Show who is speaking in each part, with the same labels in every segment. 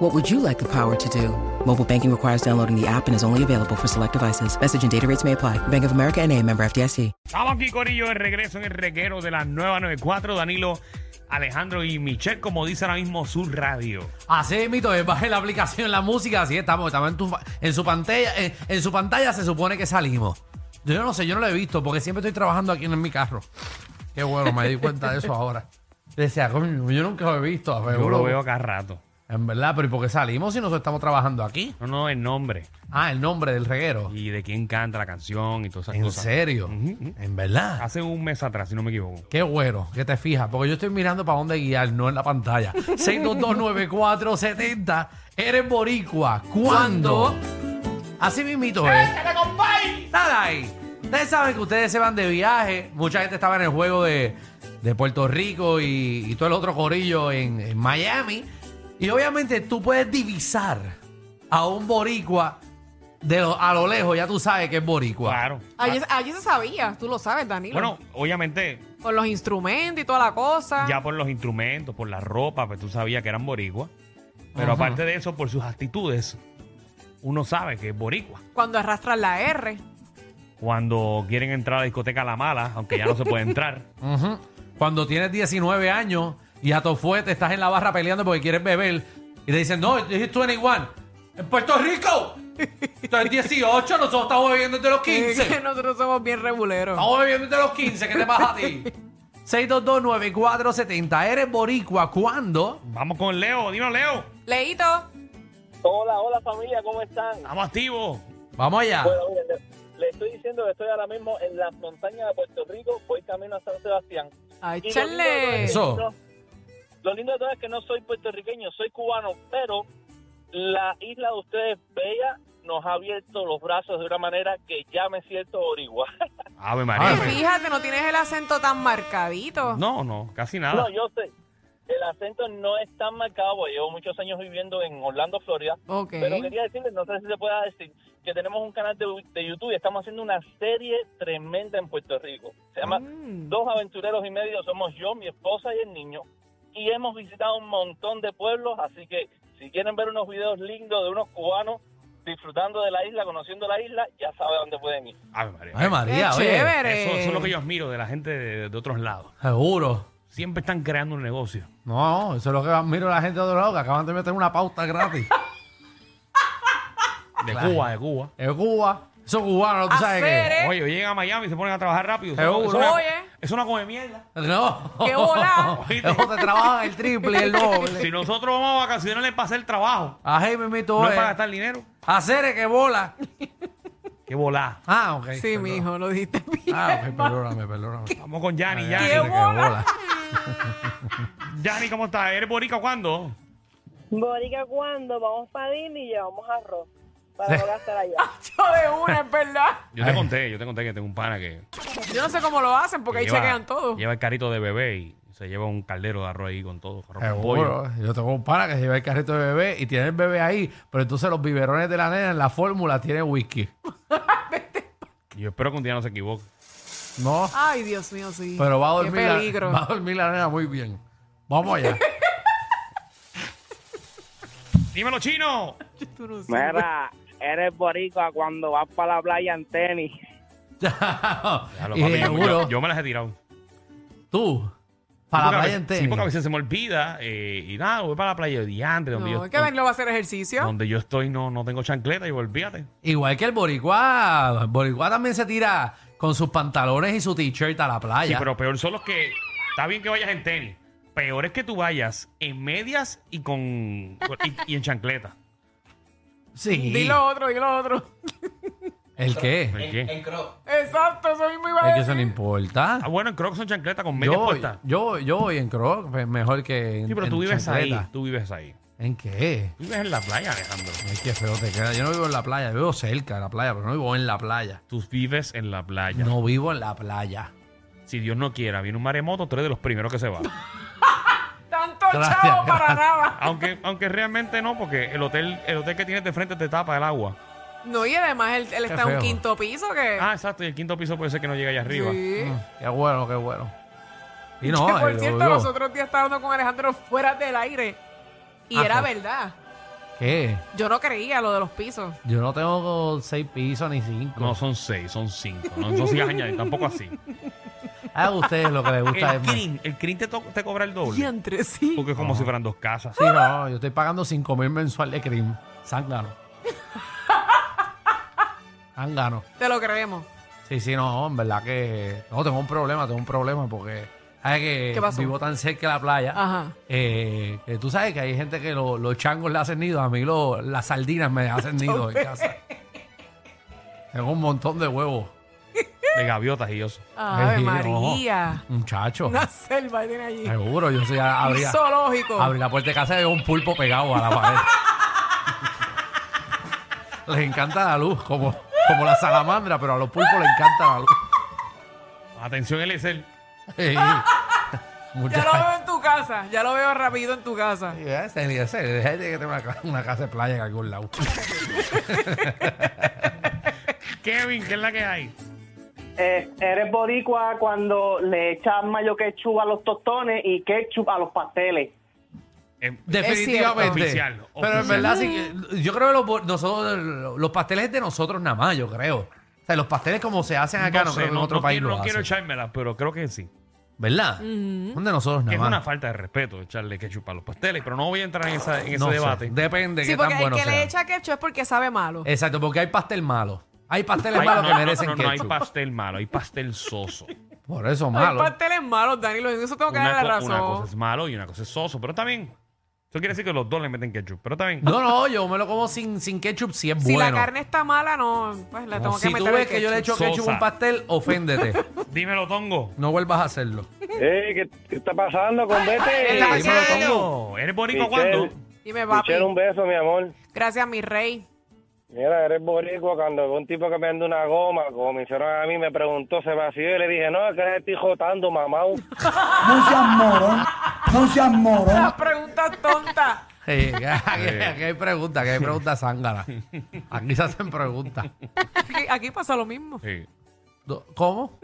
Speaker 1: What would you like the power to do? Mobile banking requires downloading the app and is only available for select devices. Message and data rates may apply. Bank of America and a member FDIC.
Speaker 2: Estamos aquí, Corillo, de regreso en el reguero de las 994. Danilo, Alejandro y Michelle, como dice ahora mismo su radio.
Speaker 3: Así es, mito, es baje la aplicación, la música, así estamos, estamos en, tu, fa- en su pantalla, en, en su pantalla se supone que salimos. Yo no sé, yo no lo he visto porque siempre estoy trabajando aquí en mi carro. Qué bueno, me di cuenta de eso ahora. Decía, coño, yo nunca lo he visto. a ver,
Speaker 2: Yo lo
Speaker 3: bro.
Speaker 2: veo cada rato.
Speaker 3: En verdad, pero ¿y por qué salimos si nosotros estamos trabajando aquí?
Speaker 2: No, no, el nombre
Speaker 3: Ah, el nombre del reguero.
Speaker 2: y de quién canta la canción y todas esas
Speaker 3: En
Speaker 2: cosas.
Speaker 3: serio, en verdad.
Speaker 2: Hace un mes atrás, si no me equivoco.
Speaker 3: Qué bueno que te fijas, porque yo estoy mirando para dónde guiar, no en la pantalla. 6229470, eres boricua. ¿Cuándo? Así mismito es. Nada ahí. Ustedes saben que ustedes se van de viaje. Mucha gente estaba en el juego de, de Puerto Rico y, y todo el otro corillo en, en Miami. Y obviamente tú puedes divisar a un boricua de lo- a lo lejos, ya tú sabes que es boricua.
Speaker 2: Claro.
Speaker 4: Allí,
Speaker 3: Ah.
Speaker 4: allí se sabía, tú lo sabes, Danilo.
Speaker 2: Bueno, obviamente,
Speaker 4: Con los instrumentos y toda la cosa.
Speaker 2: ya por los instrumentos, por la ropa, pues tú sabías que eran boricua. Pero aparte de eso, por sus actitudes, uno sabe que es boricua.
Speaker 4: Cuando arrastran la R.
Speaker 2: Cuando quieren entrar a la discoteca La Mala, aunque ya no se puede entrar.
Speaker 3: Ujú. Cuando tienes 19 años y a tu fuerte estás en la barra peleando porque quieres beber y te dicen, no, es 21. ¡En Puerto Rico! Entonces 18, nosotros estamos bebiendo desde los
Speaker 4: Eh, que
Speaker 3: 15.
Speaker 4: nosotros somos bien reguleros.
Speaker 3: Estamos bebiendo desde los 15, ¿qué te pasa a ti? 6229470, eres boricua, ¿cuándo?
Speaker 2: Vamos con Leo, dime Leo.
Speaker 4: Leito,
Speaker 5: Hola, hola familia, ¿cómo están?
Speaker 2: Estamos activos.
Speaker 3: Vamos allá.
Speaker 5: Bueno, mire, le, le estoy diciendo que estoy ahora mismo en las montañas de Puerto Rico, voy camino a San Sebastián.
Speaker 4: ay,
Speaker 5: Y lo lindo
Speaker 4: chale.
Speaker 5: de todo es que
Speaker 3: Eso.
Speaker 5: no- Lo lindo de todo es que no soy puertorriqueño, soy cubano, pero la isla de ustedes, bella, nos ha abierto los brazos de una manera que ya me siento origua.
Speaker 2: Ave
Speaker 3: Ah,
Speaker 4: Eh,
Speaker 2: María.
Speaker 3: pero-
Speaker 4: fíjate, no tienes el acento tan marcadito.
Speaker 2: No, no, casi nada.
Speaker 5: No, yo sé, el acento no es tan marcado, porque llevo muchos años viviendo en Orlando, Florida,
Speaker 4: Ok.
Speaker 5: Pero quería decirles, no sé si se pueda decir, que tenemos un canal de, de YouTube y estamos haciendo una serie tremenda en Puerto Rico. Se llama
Speaker 4: Mm.
Speaker 5: Dos Aventureros y Medio, somos yo, mi esposa y el niño. Y hemos visitado un montón de pueblos, así que si quieren ver unos videos lindos de unos cubanos disfrutando de la isla, conociendo la isla, ya sabe dónde pueden ir.
Speaker 2: Ave María.
Speaker 3: Ay,
Speaker 4: Qué
Speaker 3: María, oye,
Speaker 4: chévere.
Speaker 2: Eso, eso es lo que yo admiro de la gente de, de otros lados.
Speaker 3: seguro.
Speaker 2: Siempre están creando un negocio.
Speaker 3: No, eso es lo que miro a la gente de otro lado, que acaban de meter una pauta gratis.
Speaker 2: De
Speaker 3: Claro.
Speaker 2: Cuba, de Cuba.
Speaker 3: en Cuba, esos cubanos, tú sabes
Speaker 4: Hacer,
Speaker 3: que...
Speaker 4: ¿Eh?
Speaker 2: Oye, llegan a Miami y se ponen a trabajar rápido.
Speaker 3: Seguro.
Speaker 2: Eso, no- eso,
Speaker 4: Oye.
Speaker 2: no- eso no come mierda.
Speaker 3: No.
Speaker 4: ¡Qué bola!
Speaker 3: Eso te trabajan el triple, el doble.
Speaker 2: Si nosotros vamos a vacaciones es para hacer trabajo,
Speaker 3: Ajá, me meto
Speaker 2: no es para gastar dinero.
Speaker 3: Hacer que bola.
Speaker 2: Qué volá.
Speaker 3: Ah, ok.
Speaker 4: Sí,
Speaker 3: perdón.
Speaker 4: mijo, lo dijiste bien.
Speaker 3: Ah, ok, perdóname, perdóname.
Speaker 2: Vamos con Yanni,
Speaker 3: Ah, ya,
Speaker 4: Qué
Speaker 3: hacer
Speaker 2: Yanni.
Speaker 3: que
Speaker 4: bola.
Speaker 2: Yanni, ¿cómo estás? ¿Eres borica cuándo?
Speaker 6: Borica, cuando vamos para Disney llevamos arroz para no gastar allá.
Speaker 4: Yo de una, es verdad.
Speaker 2: Yo te
Speaker 3: Ay.
Speaker 2: conté, yo te conté que tengo un pana que
Speaker 4: Yo no sé cómo lo hacen porque ahí
Speaker 2: lleva,
Speaker 4: chequean todo.
Speaker 2: lleva el carrito de bebé y se lleva un caldero de arroz ahí con todo, arroz con pollo.
Speaker 3: Seguro. Yo tengo un pana que se lleva el carrito de bebé y tiene el bebé ahí, pero entonces los biberones de la nena en la fórmula tienen whisky.
Speaker 2: Yo espero que un día no se equivoque.
Speaker 3: No,
Speaker 4: Ay, Dios mío, sí.
Speaker 3: pero va a dormir,
Speaker 4: Qué
Speaker 3: la,
Speaker 4: peligro.
Speaker 3: va a dormir la nena muy bien. Vamos allá.
Speaker 2: Dímelo, chino.
Speaker 4: Tú no sabes.
Speaker 7: Mira, eres boricua cuando vas para la playa en tenis.
Speaker 2: Déjalo, papi,
Speaker 3: y
Speaker 2: yo-
Speaker 3: seguro,
Speaker 2: yo- yo me las he tirado.
Speaker 3: tú,
Speaker 2: Sí,
Speaker 3: para
Speaker 2: porque
Speaker 3: la
Speaker 2: a
Speaker 3: playa
Speaker 2: veces- Sí, porque a
Speaker 3: entera.
Speaker 2: veces se me olvida eh, y nada, voy para la playa de diantre, donde,
Speaker 4: No,
Speaker 2: yo,
Speaker 4: es que
Speaker 2: donde,
Speaker 4: Danilo va a hacer ejercicio.
Speaker 2: donde yo estoy no, no tengo chancleta y olvídate.
Speaker 3: Igual que el boricua, el boricua también se tira con sus pantalones y su t-shirt a la
Speaker 2: Sí,
Speaker 3: playa.
Speaker 2: pero peor son los que, está bien que vayas en tenis, peor es que tú vayas en medias y con y, y en chancleta.
Speaker 3: sí.
Speaker 4: Dilo otro, dilo otro.
Speaker 3: ¿El qué?
Speaker 2: ¿El qué?
Speaker 4: Exacto, eso mismo iba
Speaker 3: Es que
Speaker 4: a decir.
Speaker 3: eso no importa.
Speaker 2: Ah, bueno, en crocs son chancleta con media
Speaker 3: Yo,
Speaker 2: puesta.
Speaker 3: yo, yo voy en croc, pues, mejor que en
Speaker 2: Sí, pero
Speaker 3: en
Speaker 2: tú vives ahí,
Speaker 3: chancleta.
Speaker 2: tú vives ahí.
Speaker 3: ¿En qué?
Speaker 2: Vives en la playa, Alejandro.
Speaker 3: Ay, qué feo te queda. Yo no vivo en la playa, yo vivo cerca de la playa, pero no vivo en la playa.
Speaker 2: Tú vives en la playa.
Speaker 3: No vivo en la playa.
Speaker 2: Si Dios no quiera, viene un maremoto, tú eres de los primeros que se va.
Speaker 4: Tanto
Speaker 3: Gracias,
Speaker 4: chavo para
Speaker 3: gracias.
Speaker 4: nada.
Speaker 2: aunque, aunque realmente no, porque el hotel, el hotel que tienes de frente te tapa el agua.
Speaker 4: No, y además él, él
Speaker 3: Qué
Speaker 4: está en
Speaker 3: feo.
Speaker 4: un quinto piso que.
Speaker 2: Ah, exacto, y el quinto piso puede ser que no llegue allá arriba.
Speaker 4: Sí.
Speaker 3: Qué bueno, qué bueno. Mm. Y no,
Speaker 4: que, por
Speaker 3: eh,
Speaker 4: cierto,
Speaker 3: digo,
Speaker 4: los otros días estaba hablando con Alejandro fuera del aire. Y
Speaker 3: Ajá.
Speaker 4: era verdad.
Speaker 3: ¿Qué?
Speaker 4: Yo no creía lo de los pisos.
Speaker 3: Yo no tengo seis pisos ni cinco.
Speaker 2: No son seis, son cinco. No, no sigas añadiendo, tampoco así.
Speaker 3: A Ah, ustedes lo que les gusta
Speaker 2: El
Speaker 3: es más.
Speaker 2: crin, el crin te, to- te cobra el doble.
Speaker 4: Y entre sí.
Speaker 2: Porque es como si fueran dos casas.
Speaker 3: Sí, no, yo estoy pagando 5 mil mensual de crimen. Zángano. Zángano.
Speaker 4: Te lo creemos.
Speaker 3: Sí, sí, no, en verdad que. No, tengo un problema, tengo un problema porque. ¿Sabes que
Speaker 4: ¿Qué pasó?
Speaker 3: Vivo tan cerca de la playa.
Speaker 4: Ajá.
Speaker 3: eh, que tú sabes que hay gente que lo- los changos le hacen nido. A mí lo- las sardinas me hacen nido en casa. Tengo un montón de huevos.
Speaker 2: De gaviotas y osos.
Speaker 4: Ave
Speaker 3: Sí, no.
Speaker 4: María.
Speaker 3: Muchacho.
Speaker 4: Una selva tiene allí.
Speaker 3: Seguro, yo soy abrí,
Speaker 4: Un zoológico.
Speaker 3: abrí la puerta de casa y veo un pulpo pegado a la pared. les encanta la luz, como, como la salamandra, pero a los pulpos les encanta la luz.
Speaker 2: Atención, él es el.
Speaker 3: Sí.
Speaker 4: Ya lo
Speaker 3: Muchachos.
Speaker 4: veo en tu casa. Ya lo veo rápido en tu casa.
Speaker 3: Sí, ese ni ese, deja de que tenga una, ca- una casa de playa en algún lado.
Speaker 2: Kevin, ¿qué es la que hay?
Speaker 7: Eh, eres boricua cuando le echas mayo ketchup a los tostones y ketchup a los pasteles.
Speaker 2: Eh,
Speaker 3: Definitivamente.
Speaker 2: Oficial,
Speaker 3: Pero
Speaker 2: oficial.
Speaker 3: en verdad, sí, que- yo creo que los, bo- nosotros, los pasteles es de nosotros nada más, yo creo. O sea, los pasteles como se hacen acá, no,
Speaker 2: sé,
Speaker 3: creo que en otro país
Speaker 2: quiero-
Speaker 3: lo
Speaker 2: no quiero
Speaker 3: hacen.
Speaker 2: echármela, pero creo que sí.
Speaker 3: ¿Verdad? Son de nosotros
Speaker 2: Que
Speaker 3: nada
Speaker 2: es
Speaker 3: más.
Speaker 2: una falta de respeto echarle ketchup a los pasteles, pero no voy a entrar en, esa- en ese
Speaker 3: No sé,
Speaker 2: debate.
Speaker 3: Depende
Speaker 4: Sí,
Speaker 3: qué
Speaker 4: porque
Speaker 3: tan
Speaker 4: el
Speaker 3: bueno
Speaker 4: que le
Speaker 3: sea.
Speaker 4: echa ketchup es porque sabe malo.
Speaker 3: Exacto, porque hay pastel malo. Hay pasteles
Speaker 2: Hay-
Speaker 3: malos que
Speaker 2: no,
Speaker 3: merecen
Speaker 2: no, no, no, hay
Speaker 3: ketchup.
Speaker 2: pastel malo, hay pastel soso.
Speaker 3: Por eso
Speaker 4: Hay
Speaker 3: malo.
Speaker 4: pasteles malos, Dani. lo- Eso tengo que
Speaker 2: Una,
Speaker 4: darle la
Speaker 2: co- una cosa
Speaker 4: razón.
Speaker 2: es malo y una cosa es soso, pero también. Eso quiere decir que los dos le meten ketchup, pero también.
Speaker 3: No, no, yo me lo como sin, sin ketchup si es
Speaker 4: Si
Speaker 3: bueno.
Speaker 4: la carne está mala, no. Pues le
Speaker 3: No,
Speaker 4: tengo que
Speaker 3: si tú
Speaker 4: meter el
Speaker 3: ves que yo le echo
Speaker 2: ketchup.
Speaker 3: ketchup a
Speaker 2: Sosa.
Speaker 3: un pastel, oféndete.
Speaker 2: Dímelo, Tongo.
Speaker 3: No vuelvas a hacerlo.
Speaker 5: Eh, ¿qué, qué está pasando con Vete?
Speaker 4: Ah, Está
Speaker 2: Dímelo,
Speaker 4: lleno.
Speaker 2: Tongo. ¿Eres boricua cuándo?
Speaker 4: Dime, papi.
Speaker 5: Michelle, un beso, mi amor.
Speaker 4: Gracias, mi rey.
Speaker 5: Mira, eres boricua. Cuando veo un tipo que me anda una goma, como me hicieron a mí, me preguntó, se vació y le dije, no, es que estoy jotando, mamá.
Speaker 8: No seas morón, no seas morón.
Speaker 4: Las preguntas tontas.
Speaker 3: Sí, aquí, aquí hay preguntas, aquí hay preguntas zánganas. Aquí se hacen preguntas.
Speaker 4: Aquí, aquí pasa lo mismo.
Speaker 2: Sí.
Speaker 3: Do- ¿Cómo?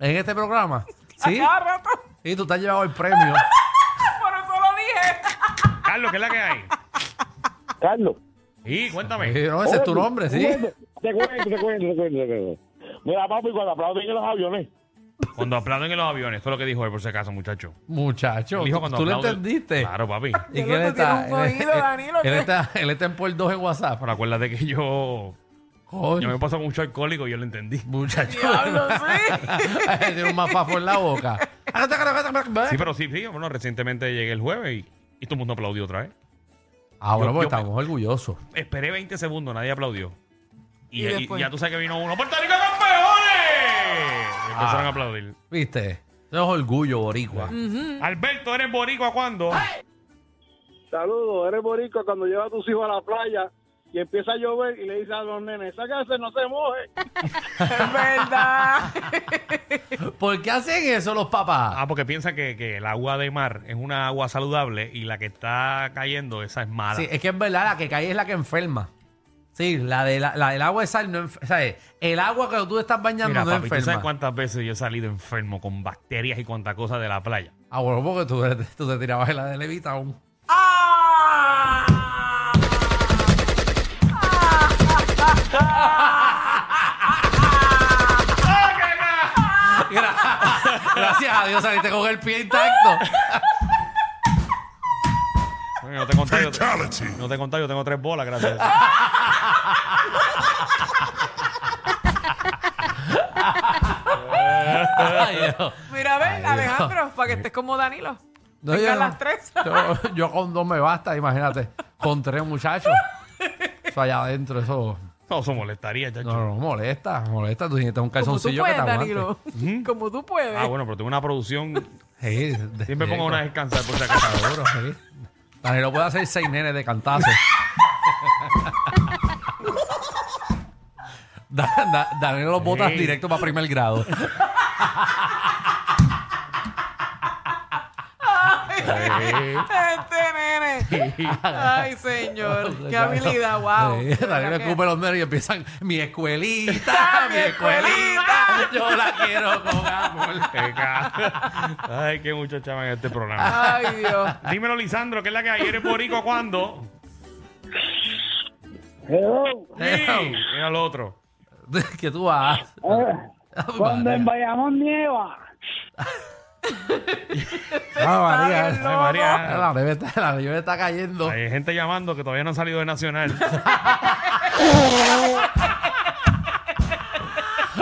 Speaker 3: ¿En este programa? Sí.
Speaker 4: A cada rato.
Speaker 3: Y tú te has llevado el premio.
Speaker 4: Por eso lo dije.
Speaker 2: Carlos, ¿qué es la que hay?
Speaker 5: Carlos.
Speaker 2: Y cuéntame.
Speaker 3: Sí, no, ese es tu nombre, sí.
Speaker 5: Te cuento, te cuento, te cuento, te cuento. Mira, papi, cuando aplauden en los aviones.
Speaker 2: Cuando aplauden en los aviones, esto es lo que dijo él, por si acaso, muchacho.
Speaker 3: Muchacho,
Speaker 2: Él dijo cuando
Speaker 3: tú lo
Speaker 2: aplauden-
Speaker 3: entendiste.
Speaker 2: Claro, papi.
Speaker 3: ¿Y
Speaker 4: Yo
Speaker 3: que él
Speaker 4: no te
Speaker 3: está?
Speaker 4: tiene un
Speaker 3: él-
Speaker 4: oído,
Speaker 3: él-
Speaker 4: Danilo,
Speaker 3: él
Speaker 4: ¿qué?
Speaker 3: está, él está en por dos en WhatsApp.
Speaker 2: Pero acuérdate que yo. Yo me
Speaker 3: Coño,
Speaker 2: paso con mucho alcohólico y yo lo entendí.
Speaker 3: muchacho.
Speaker 4: Diablo, sí.
Speaker 3: Tiene un mafafo en la boca.
Speaker 2: Sí, pero sí, sí. Bueno, recientemente llegué el jueves y, y todo el mundo aplaudió otra vez.
Speaker 3: Ahora
Speaker 2: Yo-
Speaker 3: pues,
Speaker 2: yo me-
Speaker 3: estamos orgullosos.
Speaker 2: Esperé 20 segundos, nadie aplaudió. Y,
Speaker 4: Y
Speaker 2: y-
Speaker 4: después.
Speaker 2: ya tú sabes que vino uno. ¡Puerto Rico campeones! Y Empezaron
Speaker 3: Ah.
Speaker 2: a aplaudir.
Speaker 3: ¿Viste? Eso es orgullo, boricua.
Speaker 2: Alberto, ¿eres boricua cuándo?
Speaker 5: Saludos, eres boricua cuando llevas a tus hijos a la playa y empieza a llover y le dices a los nenes, sáquense, no se moje.
Speaker 4: Es verdad.
Speaker 3: ¿Por qué hacen eso los papás?
Speaker 2: Ah, porque piensa que, que el agua de mar es una agua saludable y la que está cayendo, esa es mala.
Speaker 3: Sí, es que es verdad, la que cae es la que enferma. Sí, la, de la, la del agua de sal no enferma. el agua que tú estás bañando
Speaker 2: Mira,
Speaker 3: no
Speaker 2: papi, ¿tú sabes
Speaker 3: enferma.
Speaker 2: cuántas veces yo he salido enfermo con bacterias y cuánta cosa de la playa?
Speaker 3: Ah, bueno, porque tú, eres- tú te tirabas en la de levita aún.
Speaker 4: ¡Ah!
Speaker 3: Gra- Gracias a Dios saliste con el pie intacto.
Speaker 2: Bueno, no te conté, yo, no te conté, yo tengo tres bolas, gracias.
Speaker 3: Ay, Dios.
Speaker 4: Mira, a ver,
Speaker 3: Ay,
Speaker 4: Alejandro, para que estés como Danilo.
Speaker 3: No,
Speaker 4: Venga,
Speaker 3: yo-
Speaker 4: las tres.
Speaker 3: Yo, yo con dos me basta, imagínate. Con tres muchachos. Eso allá adentro, eso.
Speaker 2: No, eso molestaría, chacho.
Speaker 3: No, no, molesta, molesta. Tú tienes un
Speaker 4: Como tú
Speaker 3: calzoncillo que te
Speaker 4: puedes,
Speaker 3: aguante.
Speaker 4: Danilo. Como tú puedes.
Speaker 2: Ah, bueno, pero tengo una producción.
Speaker 3: Sí,
Speaker 2: Siempre pongo una a
Speaker 3: una
Speaker 2: descansar por si acaso.
Speaker 3: Seguro, sí. Danilo puede hacer seis nenes de cantazo. Da- da- Danilo los botas
Speaker 2: Ey.
Speaker 3: directo para primer grado.
Speaker 4: Este nene. Ay, señor. Qué habilidad, wow.
Speaker 3: Sí, Danilo escupe los nenes y empiezan, mi escuelita, mi
Speaker 4: Mi
Speaker 3: escuelita, yo la quiero con amor.
Speaker 2: Qué ca- Ay, qué muchacha en este programa.
Speaker 4: Ay, Dios.
Speaker 2: Dímelo, Lisandro, ¿qué es la que hay? ¿Eres boricua cuándo? Sí, mira el otro.
Speaker 3: ¿Qué tú haces?
Speaker 7: Cuando en Bayamón nieva.
Speaker 3: Ah, María.
Speaker 2: Ay, María.
Speaker 3: La nieve está, la nieve está cayendo.
Speaker 2: Hay gente llamando que todavía no han salido de Nacional.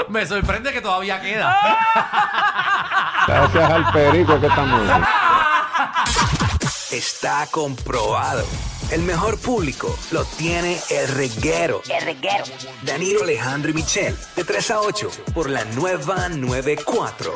Speaker 3: Me sorprende que todavía queda.
Speaker 9: Gracias al perico que estamos.
Speaker 10: Está comprobado. El mejor público lo tiene el reguero. El reguero. Danilo Alejandro y Michel, de 3 a 8, por la nueva 94.